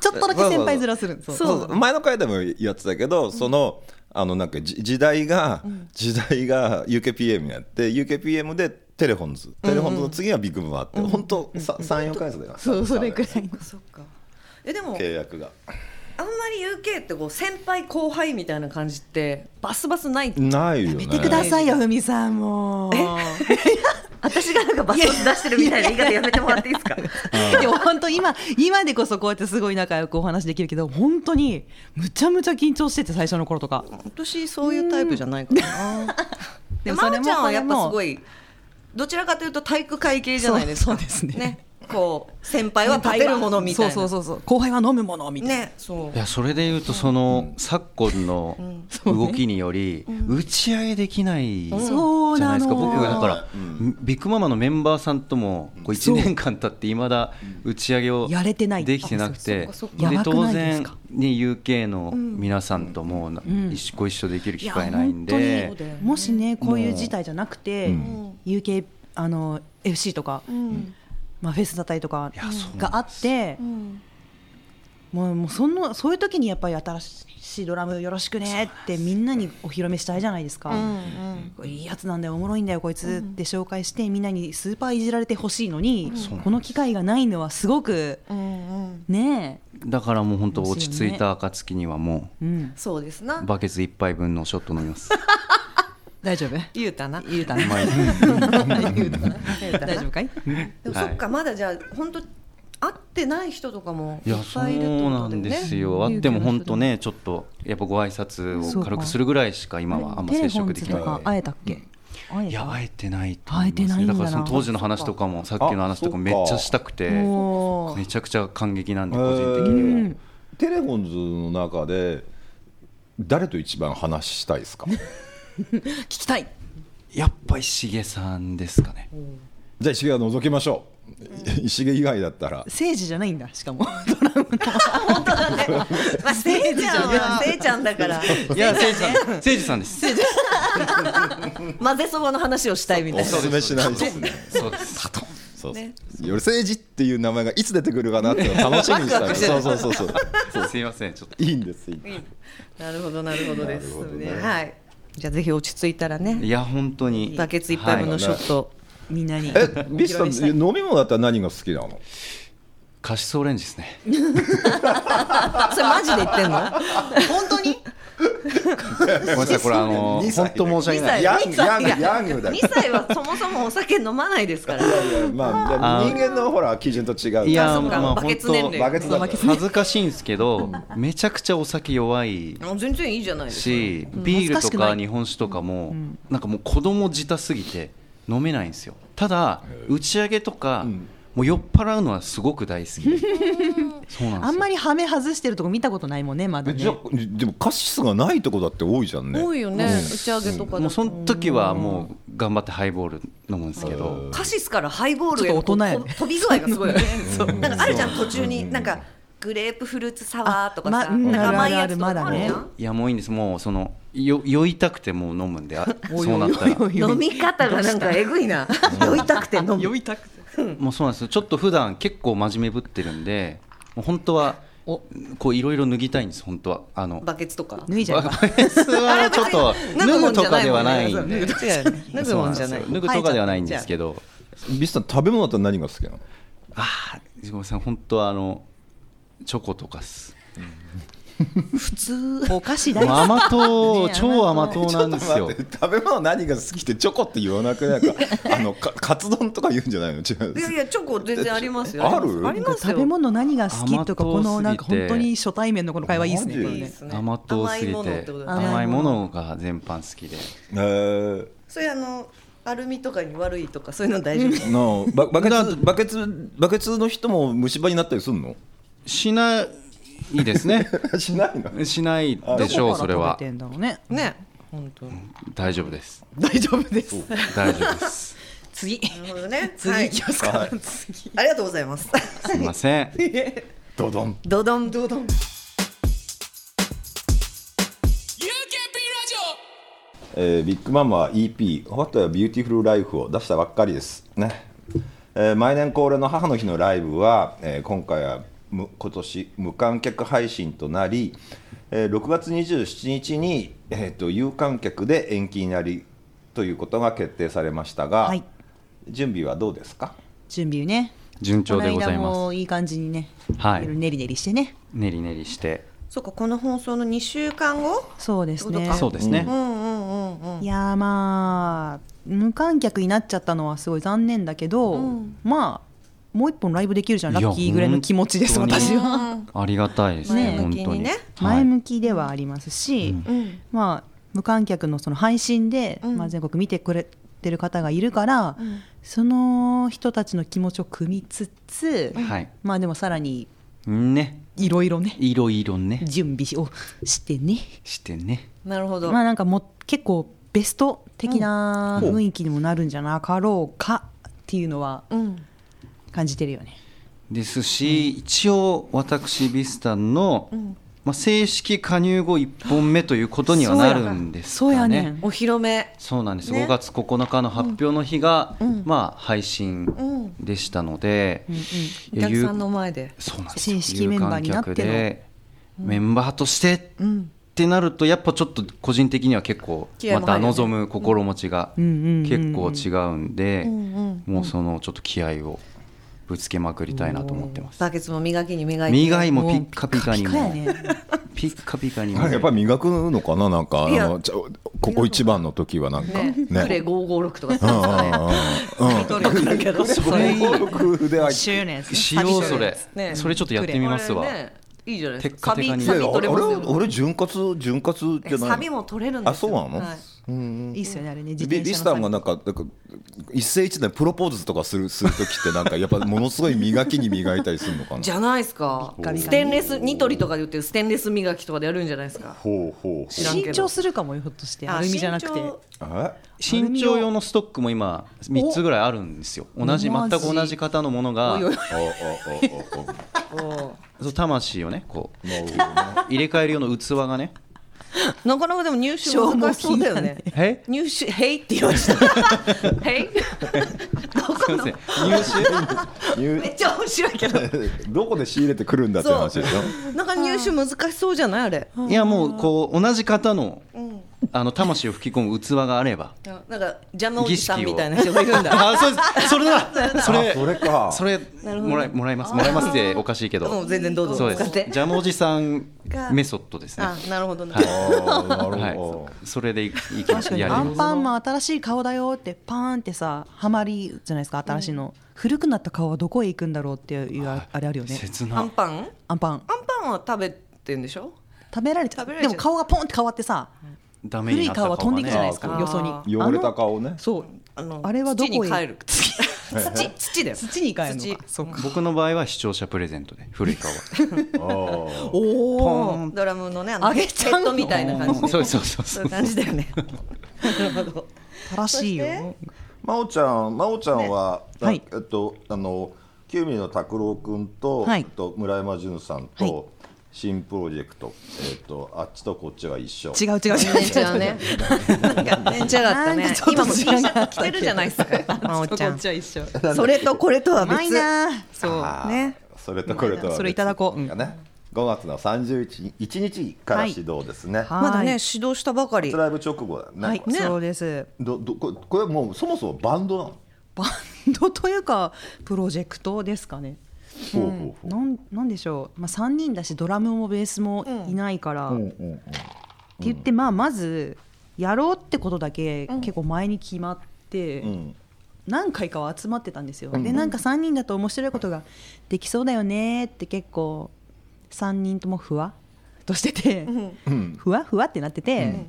ちょっとだけ先輩面するんですよ
そう前の回でもやってたけど、そのあのなんかじ時代が、時代が UKPM やって UKPM でテレフォンズ、テレフォンズの次はビッグマーって、本当さ三四回数だよな
そうそれくらい
そっかえでも
契約が
あんまり UK ってこう先輩後輩みたいな感じってバスバスない
ないよね
見てくださいよふみさんもう
私がなんかバスバス出してるみたいな言い方やめてもらっていいですか
でも本当今今でこそこうやってすごい仲良くお話できるけど本当にむちゃむちゃ緊張してて最初の頃とか
私そういうタイプじゃないからな でもま
それ
お
も
ちゃんはやっぱす
こ
ごいどちらかというと体育会系じゃないですか
そうそうですね
こう先輩は立てるものみたいな
そうそうそうそう後輩は飲むものみたいな、
ねそう
いやそれでいうとその昨今の動きにより打ち上げできないじゃ
そう
な
なの
いですか僕がだからビッグママのメンバーさんともこう1年間経っていまだ打ち上げを
やれてない
できてなくて
あそっ
かそっか
で
やばく
当
ないです
然
か
に UK の皆さんともな一緒ご一緒できる機会ないんで
本当にもしねこういう事態じゃなくて、
ん
UK あの FC とか、まあ、フェスだったりとか
いやそうなんです
があって、もうもうそのそういう時にやっぱり新しいドラムよろしくねってみんなにお披露目したいじゃないですか、いいやつなんだよおもろいんだよこいつって紹介してみんなにスーパーいじられてほしいのに、この機会がないのはすごく、ね
だからもう本当落ち着いた暁にはも
え、うん、
そうですな
うバケツ1杯分のショット飲みます。
大丈夫
言うたな
言うたね
まあ
言うたね
言うたな
大丈夫かい
でも
はい
そっかまだじゃあ本当会ってない人とかも
い
いっ
やそ
ぱいいるって
う
こ
な
とだよ
ん
ね
ですよ、あっても本当ねちょっとやっぱご挨拶を軽くするぐらいしか今はあんま
テレ
接
フォ
触
ン
で
ズ
きな
と
い
か会えたっけ、会え
いや
た
会えてないと思います
会えてないんだな
だからその当時の話とかもさっきの話とかめっちゃしたくて
おー
めちゃくちゃ感激なんで
へー
個人的にも、
うん
テレフォンズの中で誰と一番話したいですか
聞きたい
やっぱ石毛さんですかね
じゃあ石毛は覗きましょう石毛以外だったら
政治じゃないんだしかも
本当だね。まあ、せいちゃんはせいちゃんだから、
いや誠治さん 誠治さんです
混ぜそばの話をしたいみた
お
いな
す。すめしないですね
そうです
そう
ね
より政治っていう名前がいつ出てくるかなっていうのを楽しみにしたいそうそうそうそう
すいませんちょっと
いいんですいいんです
なるほど、なるほどです
なるほどね
ね。はい。じゃあ、ぜひ落ち着いたらね、
いや本当に
バケツいっぱい分のショット。
みんなに
えビスさん
お披露目したい
飲み物だったら何が好きなの
カシスオレンジですね
それマジで言ってんの。
本当に
ごめんなさいこれあの
二
本
歳
当申し訳ない
ヤン
二歳
ヤン
いや
ヤングだ
二歳はそもそもお酒飲まないですから。
まあじゃあ
あー
人間のほら基準と違う
いや
あそうか
まあ
バケツ年齢
バケツだから
恥ずかしいんですけどめちゃくちゃお酒弱い
あ全然いいじゃないですか。
しビー
恥ず
ル
かし
と
くな
か
い
日本酒とかもなんかもう子供じたすぎて飲めないんですよただ打ち上げとか
ん
もう酔っ払うのはすごく大好きでそうなんですよ
あんまりハメ外してるとこ見たことないもんねまだ
え
ね
じゃあでもカシスがないとこだって多いじゃんね
多いよね、打ち上げとかだと
もうその時はもう頑張ってハイボール飲むんですけど
カシスからハイボールへ
ちょっと大人やね
こう飛び具合がすごいよね。なんかあるじゃん途中になんかグレープフルーツサワーとかさ、
あまう
な
ん
んか甘いや
あ
つ
るある
と
ま
か
だ
ある
ね
じゃん。
いやもういいんですもうそのよ酔いたくてもう飲むんであ
おい
そうな ったら
おいおいおい
飲み方がなんかえぐいな。酔いたくて飲む。
いたくて
もうそうなんですよちょっと普段結構真面目ぶってるんでもう本当は
お
こういろいろ脱ぎたいんです本当はあの
バケツとか。
脱いじ ゃえば
バケツはちょっと脱ぐとかではない
脱
んで
ぐもんじゃない。
そうなんですよ脱ぐとかではないんですけど
ビスさん食べ物だったら何が好きなの
ああごめんなさい本当はあのチョコとかっす
普通お菓子
も
大
う
好き
甘党
ね
超甘党なんですよ
ちょっと待って食べ物何が好きってチョコって言わなく ないかあのかカツ丼とか言うんじゃないの違う
いやいやチョコ全然ありますよ。
ある
あります
食
よ。
べ物何が好きとか
甘
こ
党すぎて
のなんか本当に初対面のこの会話いいですね
マジ
これ
いいで
ね
すね
甘党すぎ
甘いものって
て
ことだね
甘いものが全般好きで
えー
それあのアルミとかに悪いとかそういうの大丈夫。
のババケツバケツバケツの人も虫歯になったりするの
しないで すね
しないの
しないでしょうそれ
どこから
は
食べてんだろうね
ね。本当。な
大丈夫です
大丈夫です
大丈夫です
次
るほどね。
次
はい
いきますか、
はい
次
ありがとうございます。
すいません
ドドン
ドドンドドン。
えービッグマンは EP「What a Beautiful Life」を出したばっかりですね、えー毎年恒例の母の日のライブは、えー今回はむ今年無観客配信となり、えー6月27日に、えー、と有観客で延期になりということが決定されましたが、
はい
準備はどうですか
準備ね
順調でござい
この間
ま
もいい感じにね、
はい
ろろねりねりしてね
すねりねりして
そうかこの放送の2週間後
そうです
そう
ね
か
そうですね、
うんうんうんうん
いやーまあ無観客になっちゃったのはすごい残念だけど、まあもう一本ライブできるじゃんラッキーぐらいの気持ちです
いや本当に
私は
ありがたいですね
前向
本
きに
当に
ね
はい
前向きではありますし、
ん
まあ、無観客のその配信で、
ん
まあ、全国見てくれてる方がいるから、その人たちの気持ちを汲みつつ、
はい
まあでもさらに
ね
いろいろね
いろいろね
準備をしてね、
してね
なるほど、
まあ、なんかもう結構ベスト的な雰囲気にもなるんじゃなかろうかっていうのは
うん
感じてるよね。
ですし、一応私ビスタンの、まあ、正式加入後1本目ということにはなるんです
そう
か
やねん
ね
お披露目
そうなんです、
ね
5月9日の発表の日が、まあ、配信でしたので、
お
いや
客
ゆう
さんの前で
そうなんですよ
正式メンバーになっての
有観客でメンバーとしてってなるとやっぱちょっと個人的には結構
気合
ま
も入
た
るね
望む心持ちが
ん
結構違うんで
んうん
もうそのちょっと気合をぶつけまくりたいなと思ってます。
バケツも磨きに磨いて
磨いもピ
もう
ッカピカ
ピ
に
カ
も
やね
ピッカピカにも
やっぱり磨くのかななんかあ
いや
のちょここ一番の時はなんか
ね
ね。
クレ556とか
うんうんうんうんうん
トルク だけど
これ登録では
周年ですね
しようそ
寂
れ
しいね
それちょっとやってみますわ
あれねいいじゃないです
テッ
か。
カ
サ
テ
ビ
カに
いや
サ
い
ビ
や
取れます
俺
よ。
俺潤滑潤滑じゃない
サビも取れるんですよ。
あそうなの
はい
いいっすよねあれね自
リ
転車
リ
の
スさんがなんかなんか一世一代プロポーズとかするする時ってなんかやっぱものすごい磨きに磨いたりするのかな
じゃないですか
ッカリ。
ステンレスニトリとかで売ってるステンレス磨きとかでやるんじゃないですか。
ほうほう
知らんけど
新調するかもよひょっとして
あ
アルミじゃなくて
身長
え
身長用のストックも今3つぐらいあるんですよ同じ全
マジ
く同じ型のものが
おいおい
ああああ ああ
そう魂をねこう
なるほどね
入れ替える用の器がね
なかなかでも入手難しそうだよね。
え
入手へいって言われた。へい。
すいません入
入
めっちゃ面白いけど。
どこで仕入れてくるんだって話でしょ
なんか入手難しそうじゃないあれ。
手いやもうこう同じ型のあの魂を吹き込む器があれば
なんかジャムおじさんみたいな人がいるんだ。
あそうですそ れだそ
あ
れ
それか
それもらいもらいますもらいますっておかしいけ
もう
ど
全然どう
そう
ぞ
で
使っ
す
て。
ジャムおじさん
が
メソッドです ね
あ、なるほどね。
ああな
は
る
い
ほ
それでいいきましょうやり
ア
ま
ン
す
パンマン新しい顔だよってパーンってさハマりじゃないですか新しいの、古くなった顔はどこへ行くんだろうっていうああれあるよね
切
ア
な
ンパン？
アンパン
アンパンは食べてんでしょ？
食べられちゃう
食べられち
で
ゃう
も顔がポンって変わってさ
ダメ
古
に
い
なった
顔は飛んでいくじゃないです
あ
か
ー
よそに
ど汚れた顔ね
そう
あの
あれはどこへ
土に帰る。土土土だよ。
土に帰るのか
土
そうか
僕の場合は視聴者プレゼントで古 い顔は
ああ
お
ポーン
お。ドラムのね、あの
あげ
ヘ
ちゃうの
ッドみたいな感じで。
そうそうそう
そ
そう
いう感じだよね。なるほど。
正しいよ
真央ちゃん真央ちゃんは、
ねはい
あえっとあの九ミリの拓郎君と、
はい
えっと村山潤さんと、
はい
新プロジェクトえっとあっちとこっちは一緒。
違う違う違う
めんちゃうね。なんかめんちゃだったね
なんかちょ。っと
今も T シャツ着てるじゃないです か。まおちゃん。
ゃ一緒
それとこれとは
うまい
別。
な
あ
そう
ー
ね
それとこれとは別
それいただこううん
がね。5月の31日日から指導ですね。
は
まだね、指導したばかり
初。ライブ直後だよね。
はい、
ね
そうです
どどこれこれはもうそもそもバンドなの。
バンドというかプロジェクトですかね
ほうほう
な
ほう。
んなんでしょう、まあ、3人だしドラムもベースもいないから、
うん
って
うんうん
言って、まあ、まずやろうってことだけ結構前に決まって、
うん
何回かは集まってたんですよ、
うん
でなんか3人だと面白いことができそうだよねって結構3人ともふわっとしてて、
うん
ふわふわってなってて、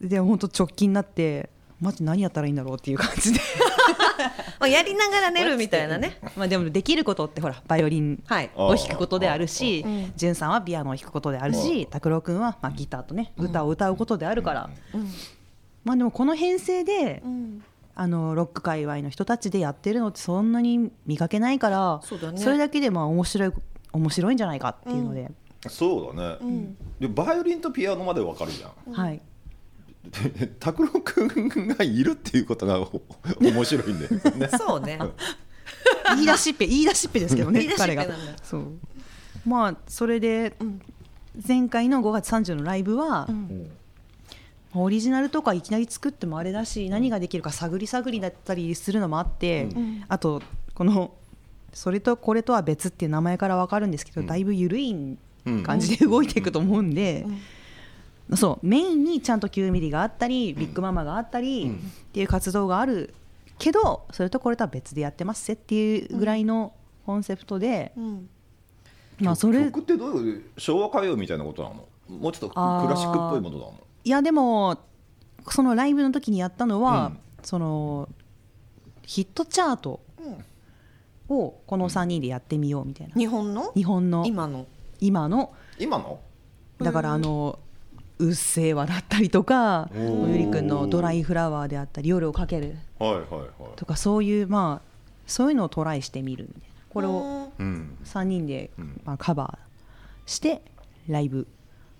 でほんと直近になってマジ何やったらいいんだろうっていう感 じで
まあやりながら寝るみたいなね。
まあでもできることってほらバイオリン
はい。
あ
を弾くことであるし
あああ
潤さんはピアノを弾くことであるし拓郎君はまあギターとね歌を歌うことであるから、まあでもこの編成で、あのロック界隈の人たちでやってるのってそんなに見かけないから
そうだね
れだけでまあ面白い面白いんじゃないかっていうので、
そうだね、でバイオリンとピアノまでわかるじゃん
はい
で拓郎君がいるっていうことがお面白いんだよね
そうね。
言い出しっぺ言い出しっぺですけどね
言い出しっぺ
彼
なんだ
がそうまあそれで前回の5月30のライブは、オリジナルとかいきなり作ってもあれだし何ができるか探り探りだったりするのもあって、あとこの「それとこれとは別」っていう名前から分かるんですけど、だいぶ緩い感じで動いていくと思うんで。そうメインにちゃんと9ミリがあったりビッグママがあったりっていう活動があるけどそれとこれとは別でやってますぜっていうぐらいのコンセプトで、まあそれ
曲ってどういう昭和歌謡みたいなことなのもうちょっとク
あー
ラシックっぽいものなの
いやでもそのライブの時にやったのは、
うん
そのヒットチャートをこの3人でやってみようみたいな、
日本の
日本の
今の。
今の
今の
だからあの「うっせぇわ」だったりとか
おー
ゆりくんの「ドライフラワー」であったり「夜をかける」
はいはいはい、
とかそういうまあそういうのをトライしてみるみたいなこれを
うん、
3人で
ん
まあカバーしてライブ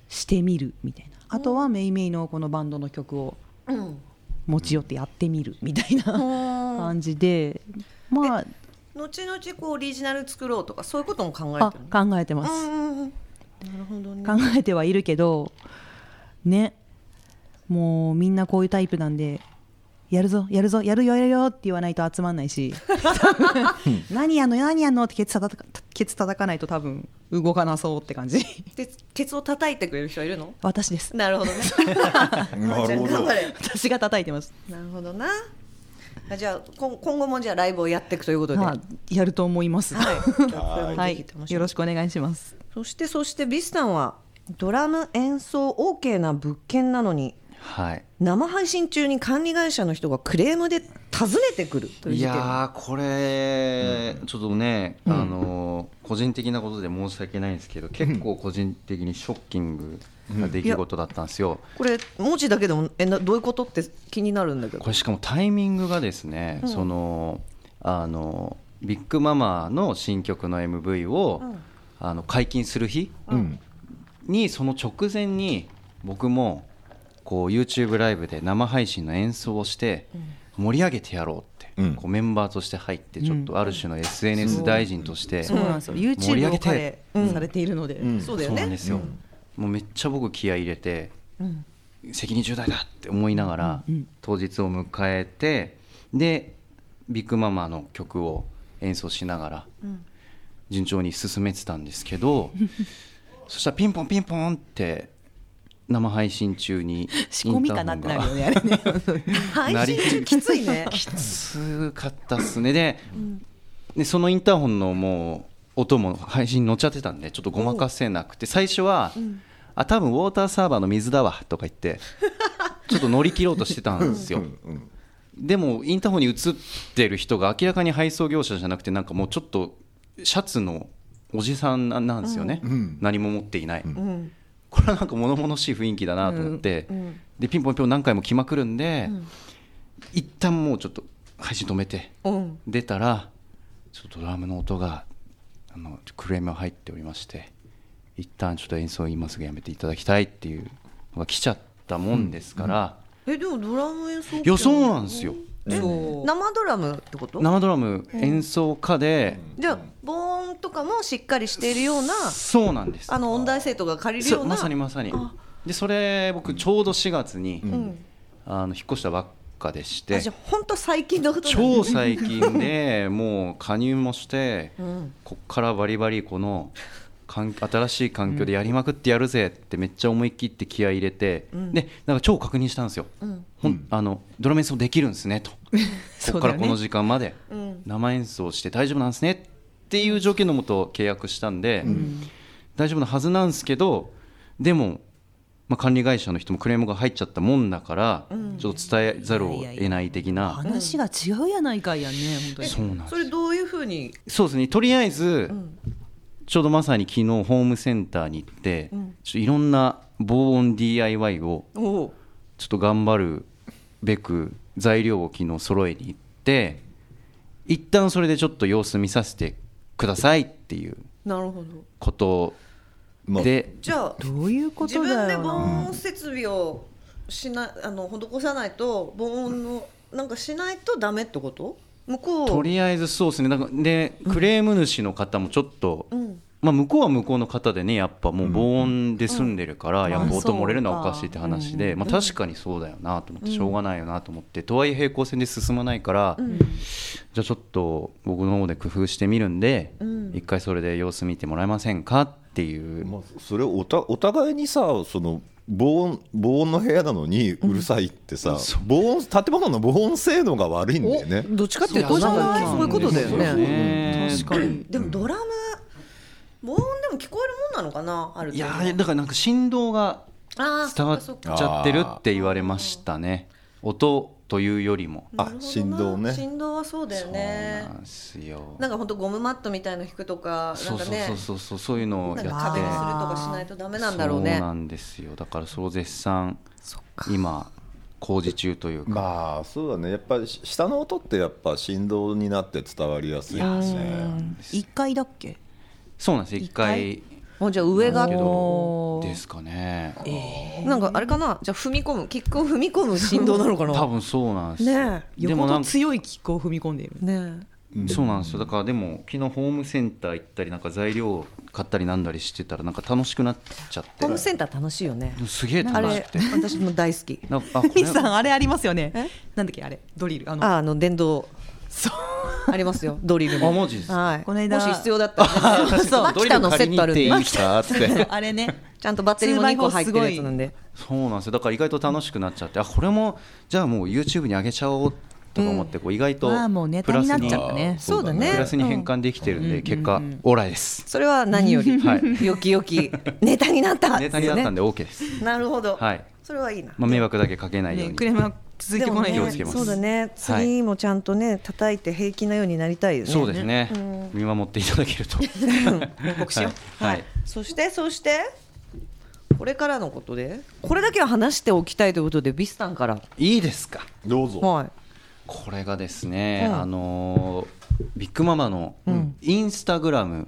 してみるみたいなあとはめいめいのこのバンドの曲を
うん。
持ち寄ってやってみるみたいな感じでまあ
後々こうオリジナル作ろうとかそういうことも考え
あ
てるの。
考えてま
う
す
んうんうん。なるほどね。
考えてはいるけどねもうみんなこういうタイプなんでやるぞやるぞやるよやるよって言わないと集まんな いし何やんの何やんのってケツ叩かケツ叩かないと多分動かなそうって感じ
でケツを叩いてくれる人はいるの
私です
なるほどね
なるほ
頑
ど
張れ
私が叩いてます
なるほどなあじゃあ今今後もじゃあライブをやっていくということで、
まあやると思います
はい、これも
は
ぜひ
い
楽しみに
よろしくお願いします
そしてそしてビスさんはドラム演奏 OK な物件なのに
はい
生配信中に管理会社の人がクレームで訪ねてくるという
い
事件
やーこれ、ちょっとね、あのー個人的なことで申し訳ないんですけど結構個人的にショッキングな出来事だったんですよ、
これ文字だけでもえなどういうことって気になるんだけど
これしかもタイミングがですね、そのあのビッグママの新曲の MV を、あの解禁する日
うん
にその直前に僕もこう YouTube ライブで生配信の演奏をして盛り上げてやろうって、
うん
こうメンバーとして入ってちょっとある種の SNS 大臣として、
そうなんですよ
盛り
YouTube
上
を
げて
彼されているので、
ん
そうだよ
そうなん
ね
ですよ、もうめっちゃ僕気合い入れて、責任重大だって思いながら当日を迎えてでビッグママの曲を演奏しながら順調に進めてたんですけど、そしたらピンポンピンポンって生配信中に
仕込みかなってなるよねあれね
配信中きつい ね
きつかったっすねで,、でそのインターホンのもう音も配信に乗っちゃってたんでちょっとごまかせなくて最初は、あ多分ウォーターサーバーの水だわとか言って ちょっと乗り切ろうとしてたんですよでもインターホンに映ってる人が明らかに配送業者じゃなくてなんかもうちょっとシャツのおじさんななんですよね、何も持っていない、これはなんか物々しい雰囲気だなと思って、でピンポンピンポン何回も来まくるんで、一旦もうちょっと配信止めて
うん
出たらちょっとドラムの音があのクレームが入っておりまして一旦ちょっと演奏を今すぐやめていただきたいっていうのが来ちゃったもんですから、
えでもドラム演奏
いやそうなんですよ
え生ドラムってこと
生ドラム演奏家で、
じゃあ防音とかもしっかりしているような
そうなんです
あの音大生徒が借りる
そ
よ
う
うな
まさにまさにでそれ僕ちょうど4月に、あの引っ越したばっかでして
あじゃあ本当最近のことなんだね
超最近でもう加入もして、こっからバリバリこの環新しい環境でやりまくってやるぜってめっちゃ思い切って気合い入れて、でなんか超確認したんですよ、ほんあのドラム演奏できるんですねとこっからこの時間まで生演奏して大丈夫なんですねっていう条件のもと契約したんで、大丈夫なはずなんですけどでも、まあ、管理会社の人もクレームが入っちゃったもんだから、ちょっと伝えざるを得ない的な。
話が違うやないかいやね本当に
そうなんです
それどういうふうに
そうですねとりあえず、ちょうどまさに昨日ホームセンターに行って、ちょっといろんな防音 DIY を
おう
ちょっと頑張るべく材料を昨日揃えに行って一旦それでちょっと様子見させてくださいっていう
なるほど
こと
まあ
で、
じゃあ
どういうこ
自
と
分
だ
で
よ
防
な
音設備をしなあの施さないと防音のなんかしないとダメってこと向こう
とりあえずそうですねなんかでクレーム主の方もちょっと、
うん
まあ、向こうは向こうの方でねやっぱもう防音で住んでるから、やっぱ
あそ
音
うか
漏れるのはおかしいって話で、まあ、確かにそうだよなと思ってしょうがないよなと思って、とはいえ平行線で進まないから、じゃあちょっと僕の方で工夫してみるんで、一回それで様子見てもらえませんかっていう、
まあ、それおたお互いにさその防音防音の部屋なのにうるさいってさ、防音建物の防音性能が悪いんだよね。
どっちかっていうと
そう
そ
だ
う
な
そういうことだよね
ね
確かに
でもドラム防音でも聞こえるもんなのかなある
い
程
や
度
ーだからなんか振動が
あー
伝
そ
わ
っ
っ
かそっ
ち
か
ゃってるって言われましたね音というよりも。
あ振動ね
振動はそうだよね
そうなんすよ
なんか本当ゴムマットみたいの引くとかな
そ
ん
う
か
そう
ね
そうそうそうそういうのを
な
や
ん
って
か壁にするとかしないとダメなんだろう
そ
ね
うなんですよだからその絶賛今工事中というか、
まあそうだねやっぱりし下の音ってやっぱ振動になって伝わりやすいですね。
一回だっけ
そうなんです一回
もうじゃあ上が
けど
おー
ですかね
なんかあれかなじゃあ踏み込むキックを踏み込む振動なのかな
多分そうなんですよ
ね
でも
横
な
の
んか
強いキックを踏み込んでいる
えねえ
そうなんですよだからでも昨日ホームセンター行ったりなんか材料買ったりなんだりしてたらなんか楽しくなっちゃっ
ホーム
て
センター楽しいよね
すげえ
あ
楽し
れ
くて
私も大好き
なんかあこれ
ミスさんあれありますよね
え。
なんだっけあれドリルあの
ああの電動
そう
あります よドリルも
あマジですか
はい
この間
もし必要だったら ね
そう
マキタのセットあるんで
ドリル借りに行っていいかって
あれね。
ちゃんとバッテリーも2個入ってるやつ なんで
そうなんですよだから意外と楽しくなっちゃってあこれもじゃあもう YouTube に上げちゃおうとか思ってこう意外と
まあもうネ
プ
タ
ラ
に
ス
なっ
に
ちゃったね
そうだね
プラスに変換できてるんで結果オーライです
それは何より、
はい
よきよ きネタになった
ネタになったんで OK です
なるほど、
はい
それはいいな、
まあ迷惑だけかけないよう
ね
に
クレームが続いてこないよう
でもね気をつ
に
け。ます
そうだね
はい
次もちゃんとね叩いて平気なようになりたいよね
そうですね見守っていただけると報告しよう はい
そしてそしてこれからのことで
これだけは話しておきたいということでビスタンから
いいですか
どうぞ
はい
これがですね、
うん
あのービッグママのインスタグラム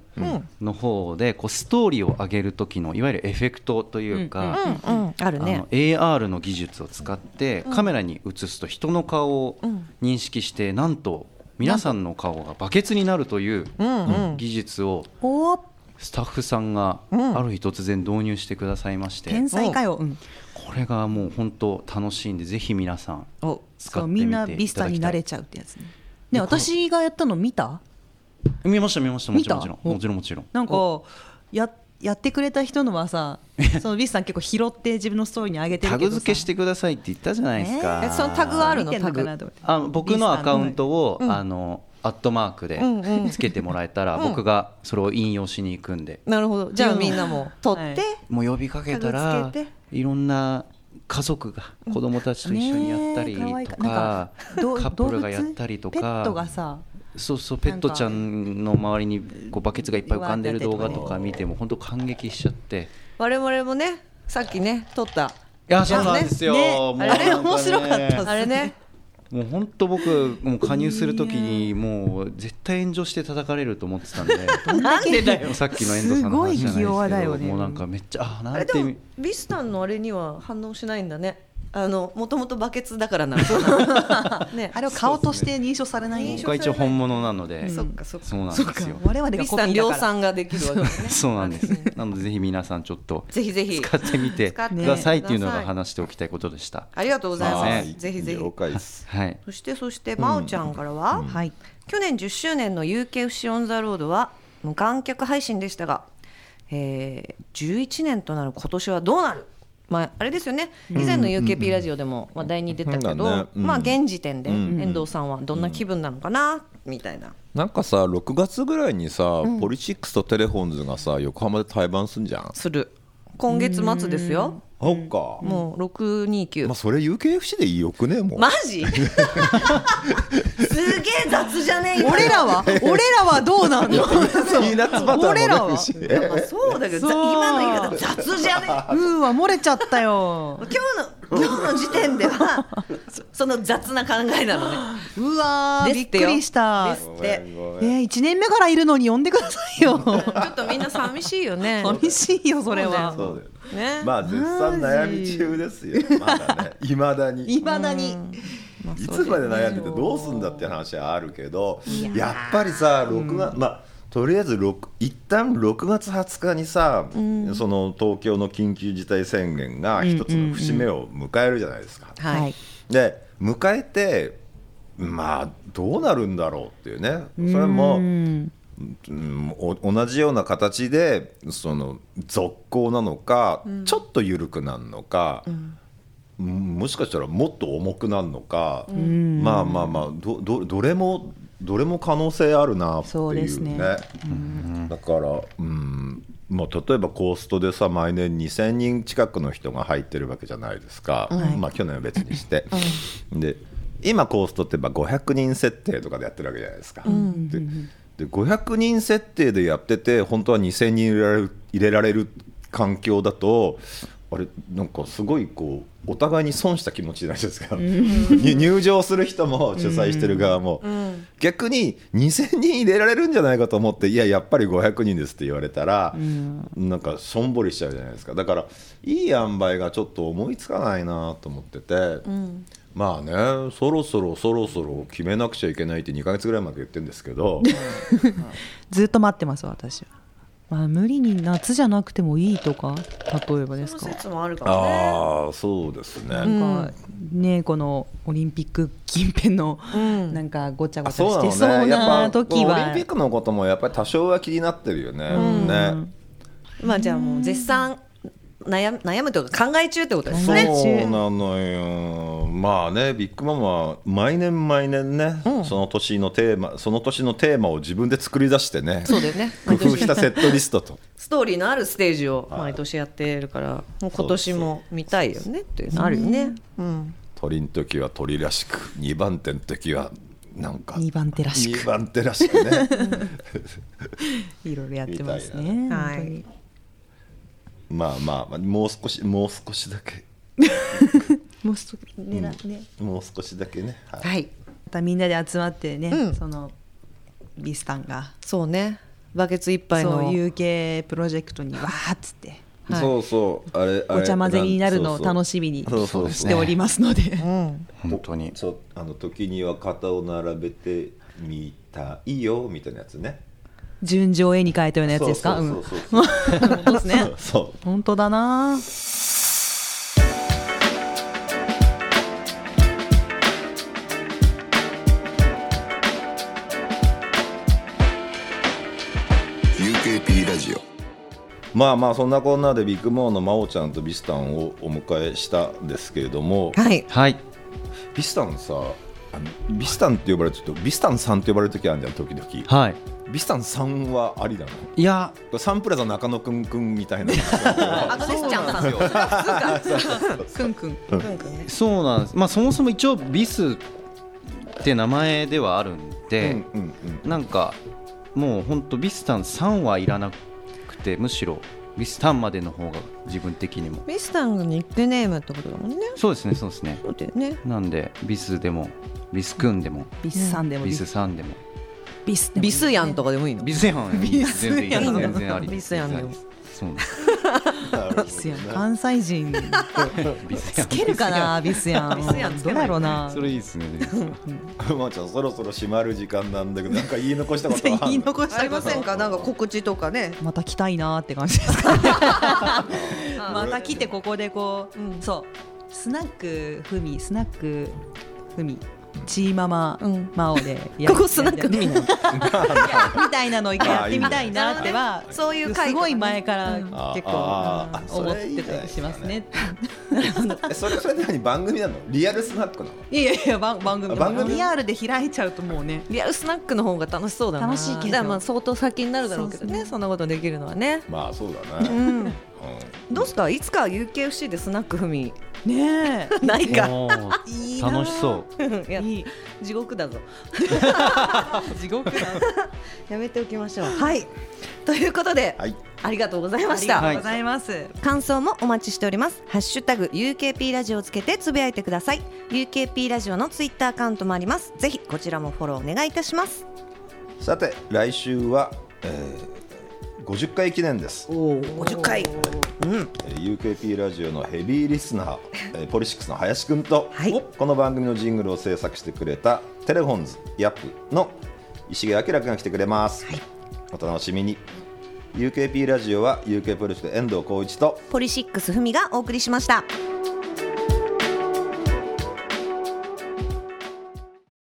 の方でこうストーリーを上げる時のいわゆるエフェクトというか、
うんうんある
あ
ね
の AR の技術を使ってカメラに映すと人の顔を認識して、なんと皆さんの顔がバケツになるという技術を
おー
スタッフさんがある日突然導入してくださいまして、
天才かよ。うん
これがもう本当楽しいんでぜひ皆さん
お
使
そ
っ
う
て
み
み
んな
て
ビ
い
ス
た
タ
だ
に
き
な
た
れ
い
ちゃうってやつね。ね私がやったの見た？
見ました見ましたもちろん
見
も
た
ちろんもちろんもちろん
なんかややってくれた人のは さ、そのビスさん結構拾って自分のストーリーに上げてる
タ
けど
グ
さ
付けしてくださいって言ったじゃないですか、
えそのタグはあるの
見てん
タグ
かなと思って
あ僕のアカウントを、
ん
あのアットマークでつけてもらえたら、僕がそれを引用しに行くんで、
なるほどじゃあみんなも撮って、
はい
もう呼びかけた
タ
ら
グつけて
いろんな家族が子供たちと一緒にやったりと
ねえ
か,、
わいいなんどう
カップルがやったりとか
動物ペットがさ
そうそうペットちゃんの周りにこうバケツがいっぱい浮かんでる動画とか見ても本当感激しちゃって。
我々もねさっきね撮った
いやそうなんですよ、
ね
もう
あれ面白かったっす
あれね
もう本当僕もう加入するときにもう絶対炎上して叩かれると思ってたんで
なんでだ
さっきの遠藤さ
す
んの話じゃないです
ご
け
い
ど
器用だよね
もうなんかめっちゃあ
あ
な
れ
ん
でも
て
ビスタンのあれには反応しないんだねあのもともとバケツだからな ね
あれを顔として認証されな
そ
い
うですね
僕は一応本物なので、
そっかそっか
そうなん
そう
で
か
すよ
我々が
ビ
コ
ス
ピ
タン
ーだ
量
から
産ができるわけですね
そう なんですなのでぜひ皆さんちょっと
ぜひぜひ
使ってみて
使って
く
みて
ださいっていうのが
ください
話しておきたいことでした、
ありがとうございます、
はい
ぜひぜひ
了解です
はい
そしてそしてまおちゃんからは、
はい
去年10周年の UKFC オン・ザ・ロードは無観客配信でしたが、えー、11年となる今年はどうなるまあ、あれですよね以前の UKP ラジオでも話題に出たけど、
うんだねうん
まあ現時点で
うん
遠藤さんはどんな気分なのかな、みたいな
なんかさ6月ぐらいにさ、ポリシックスとテレフォンズがさ横浜で対バンすんじゃんあ
する今月末ですよ
そっか、
もう629、
まあ、それ UKFC でよくねもう、
マジ すげえ雑じゃねえ今
俺らは俺らはどうな んの
ピーナッツバタ
俺
ー
ら
も
は
ねし
いやまあそうだけどざ
そう
今の言い方雑じゃね
うーわ漏れちゃったよ
今日の今日の時点ではそ その雑な考えなのね
うわー
で
び
す
っ
って
く
よ
りし た
です
ご
っ
め
て
んごめん
えー、1年目からいるのに呼んでください よ
ちょっとみんな寂しいよ ね
寂しいよそれは
そうだよ
ね
まあ絶賛悩み中ですよまだねいまだに
いまだに
まあ
い
そう
つまで悩んでてどうすんだって話はあるけどやっぱりさ6月、まあとりあえず6一旦6月20日にさ、その東京の緊急事態宣言が一つの節目を迎えるじゃないですか。
はい、
で迎えてまあどうなるんだろうっていうねそれもうんお同じような形でその続行なのか、ちょっと緩くなるのか、うんもしかしたらもっと重くなるのか、まあまあまあどどどれもどれも可能性あるなって
そう
い
です
う
ね
ねだから、うんまあ、例えばコーストでさ毎年2,000人近くの人が入ってるわけじゃないですか、まあ、去年は別に して、で今コーストってば500人設定とかでやってるわけじゃないですか。でで500人設定でやってて本当は2,000人入れられる入れられる環境だとあれなんかすごいこうお互いに損した気持ちじゃないですか、 に入場する人も主催してる側も、逆に2,000人入れられるんじゃないかと思っていややっぱり500人ですって言われたら、なんかしょんぼりしちゃうじゃないですかだからいい塩梅がちょっと思いつかないなと思ってて。まあねそろそろそろそろ決めなくちゃいけないって2ヶ月ぐらいまで言ってるんですけど
ずっと待ってます私はまあ、無理に夏じゃなくてもいいとか例えばです
その
か
説もあるからね。
ああそうですね、
なんか、ねこのオリンピック近辺の
うん
なんかごちゃご
あ
ちゃ
そう
してそ
なの
う
ねやっ
な
ぱ
時
オリン
は
ピックのこともやっぱり多少は気になってるよね、ね
まあじゃあもう絶賛悩む悩むというか考え中ってことです
そう
ね。
なのよまあねビッグママは毎年毎年ね、その年のテーマその年のテーマを自分で作り出してね
そうだよね。
工夫したセットリストと
ストーリーのあるステージを毎年やってるから、もう今年も見たいよねっていうのあるよね。うん。
鳥の時は鳥らしく2番手の時はなんか
2番手らし
2
く
番手らしくね
いろいろやってますね
み
たいなね
本当に
まあまあまあもう少しもう少しだけ
もうすぐねなね
もう少しだけね、はい
はい。
またみんなで集まってね、
うん
そのビスタンが
そうね。バケツ一杯
そう
の。
UK プロジェクトにわーっつって
はい
そうそうあれあれ
ごちゃ混ぜになるのを楽しみに
そうそうそう
しておりますので
うん。
本当に
そうあの時には肩を並べてみたいよみたいなやつね
順序を絵に描いたようなやつですか
そううんそうそうそう
本当ですね
そうそう
本当だな
まあまあそんなこんなでビッグモーの真央ちゃんとビスタンをお迎えしたんですけれども
はい。
はい
ビスタンさあのビスタンって呼ばれるとビスタンさんって呼ばれる時あるじゃん時々
はい
ビスタンさんはありなの
いや
サンプラザ中野くんくんみたいな
あとですちゃんさん。そうか。
くんくん
くんくんね。
そうなんですまあそもそも一応ビスって名前ではあるん
うん
で、
うん
なんかもうほんとビスタン3はいらなくてむしろビスタンまでの方が自分的にも
ミスタンのニックネームってことだもんね。
そうですねそうですね
そうだよね。
なんでビスでもビスくんでも
ビスさんでも
ビスさんでも
ビスでもいい
ビスヤンとかでもいいの。
ビスやん
ビスやん
全然いい全然あり
ビスやんでも
そうなんです
うん
ビスやん 関西人
ビスや
つ
ん
けるかなビスやん
ビスやんつけ
どう
な
だ
い
ろうな
それいいですね
まーちゃんそろそろ閉まる時間なんだけどなんか言い残したことはあ
言い
る
残した
ありませんか。なんか告知とかね。
また来たいなーって感 じですかねまた来てここでこう、
うん
そうスナックふみスナックふみチーママ、
うん
マオでや
ここスナック
み
みんな。
みたいなのやってみたいなっては
そういう会
すごい前から
うん
結構
あーあー
うん思
そ
っ
れいいじ
て
ゃない
た
で
り
す
し
かね
ますね。
えそれそれって何番組なのリアルスナックなの
いやいや番番組
番組
リアルで開いちゃうともうね
リアルスナックの方が楽しそうだな。
楽しいけ
だ
ど
からまあ相当先になるだろうけど
そう
ね。
そう
そんなことできるのはね。
まあそうだね、
うん。
う
どうすか。いつか UKFC でスナック踏み
ね
ない か。
もう
えいいな
楽しそう
いや
いい
地獄だぞ。
地獄だ
やめておきましょう。はい。ということで、
んはい
ありがとうござい
あ
ま
り
し
が
た。
とうございます、
感想もお待ちしておりますハッシュタグ UKP ラジオをつけてつぶやいてください UKP ラジオのツイッターアカウントもありますぜひこちらもフォローお願いいたします
さて来週は、えー、50回記念です、
おお、五十回。
えー UKP ラジオのヘビーリスナー、えーポリシックスの林くんと、
はい
この番組のジングルを制作してくれたテレフォンズヤップの石毛明君が来てくれます、お楽しみに UKP ラジオは UK プロジェクト遠藤浩一と
ポリシックスふみがお送りしました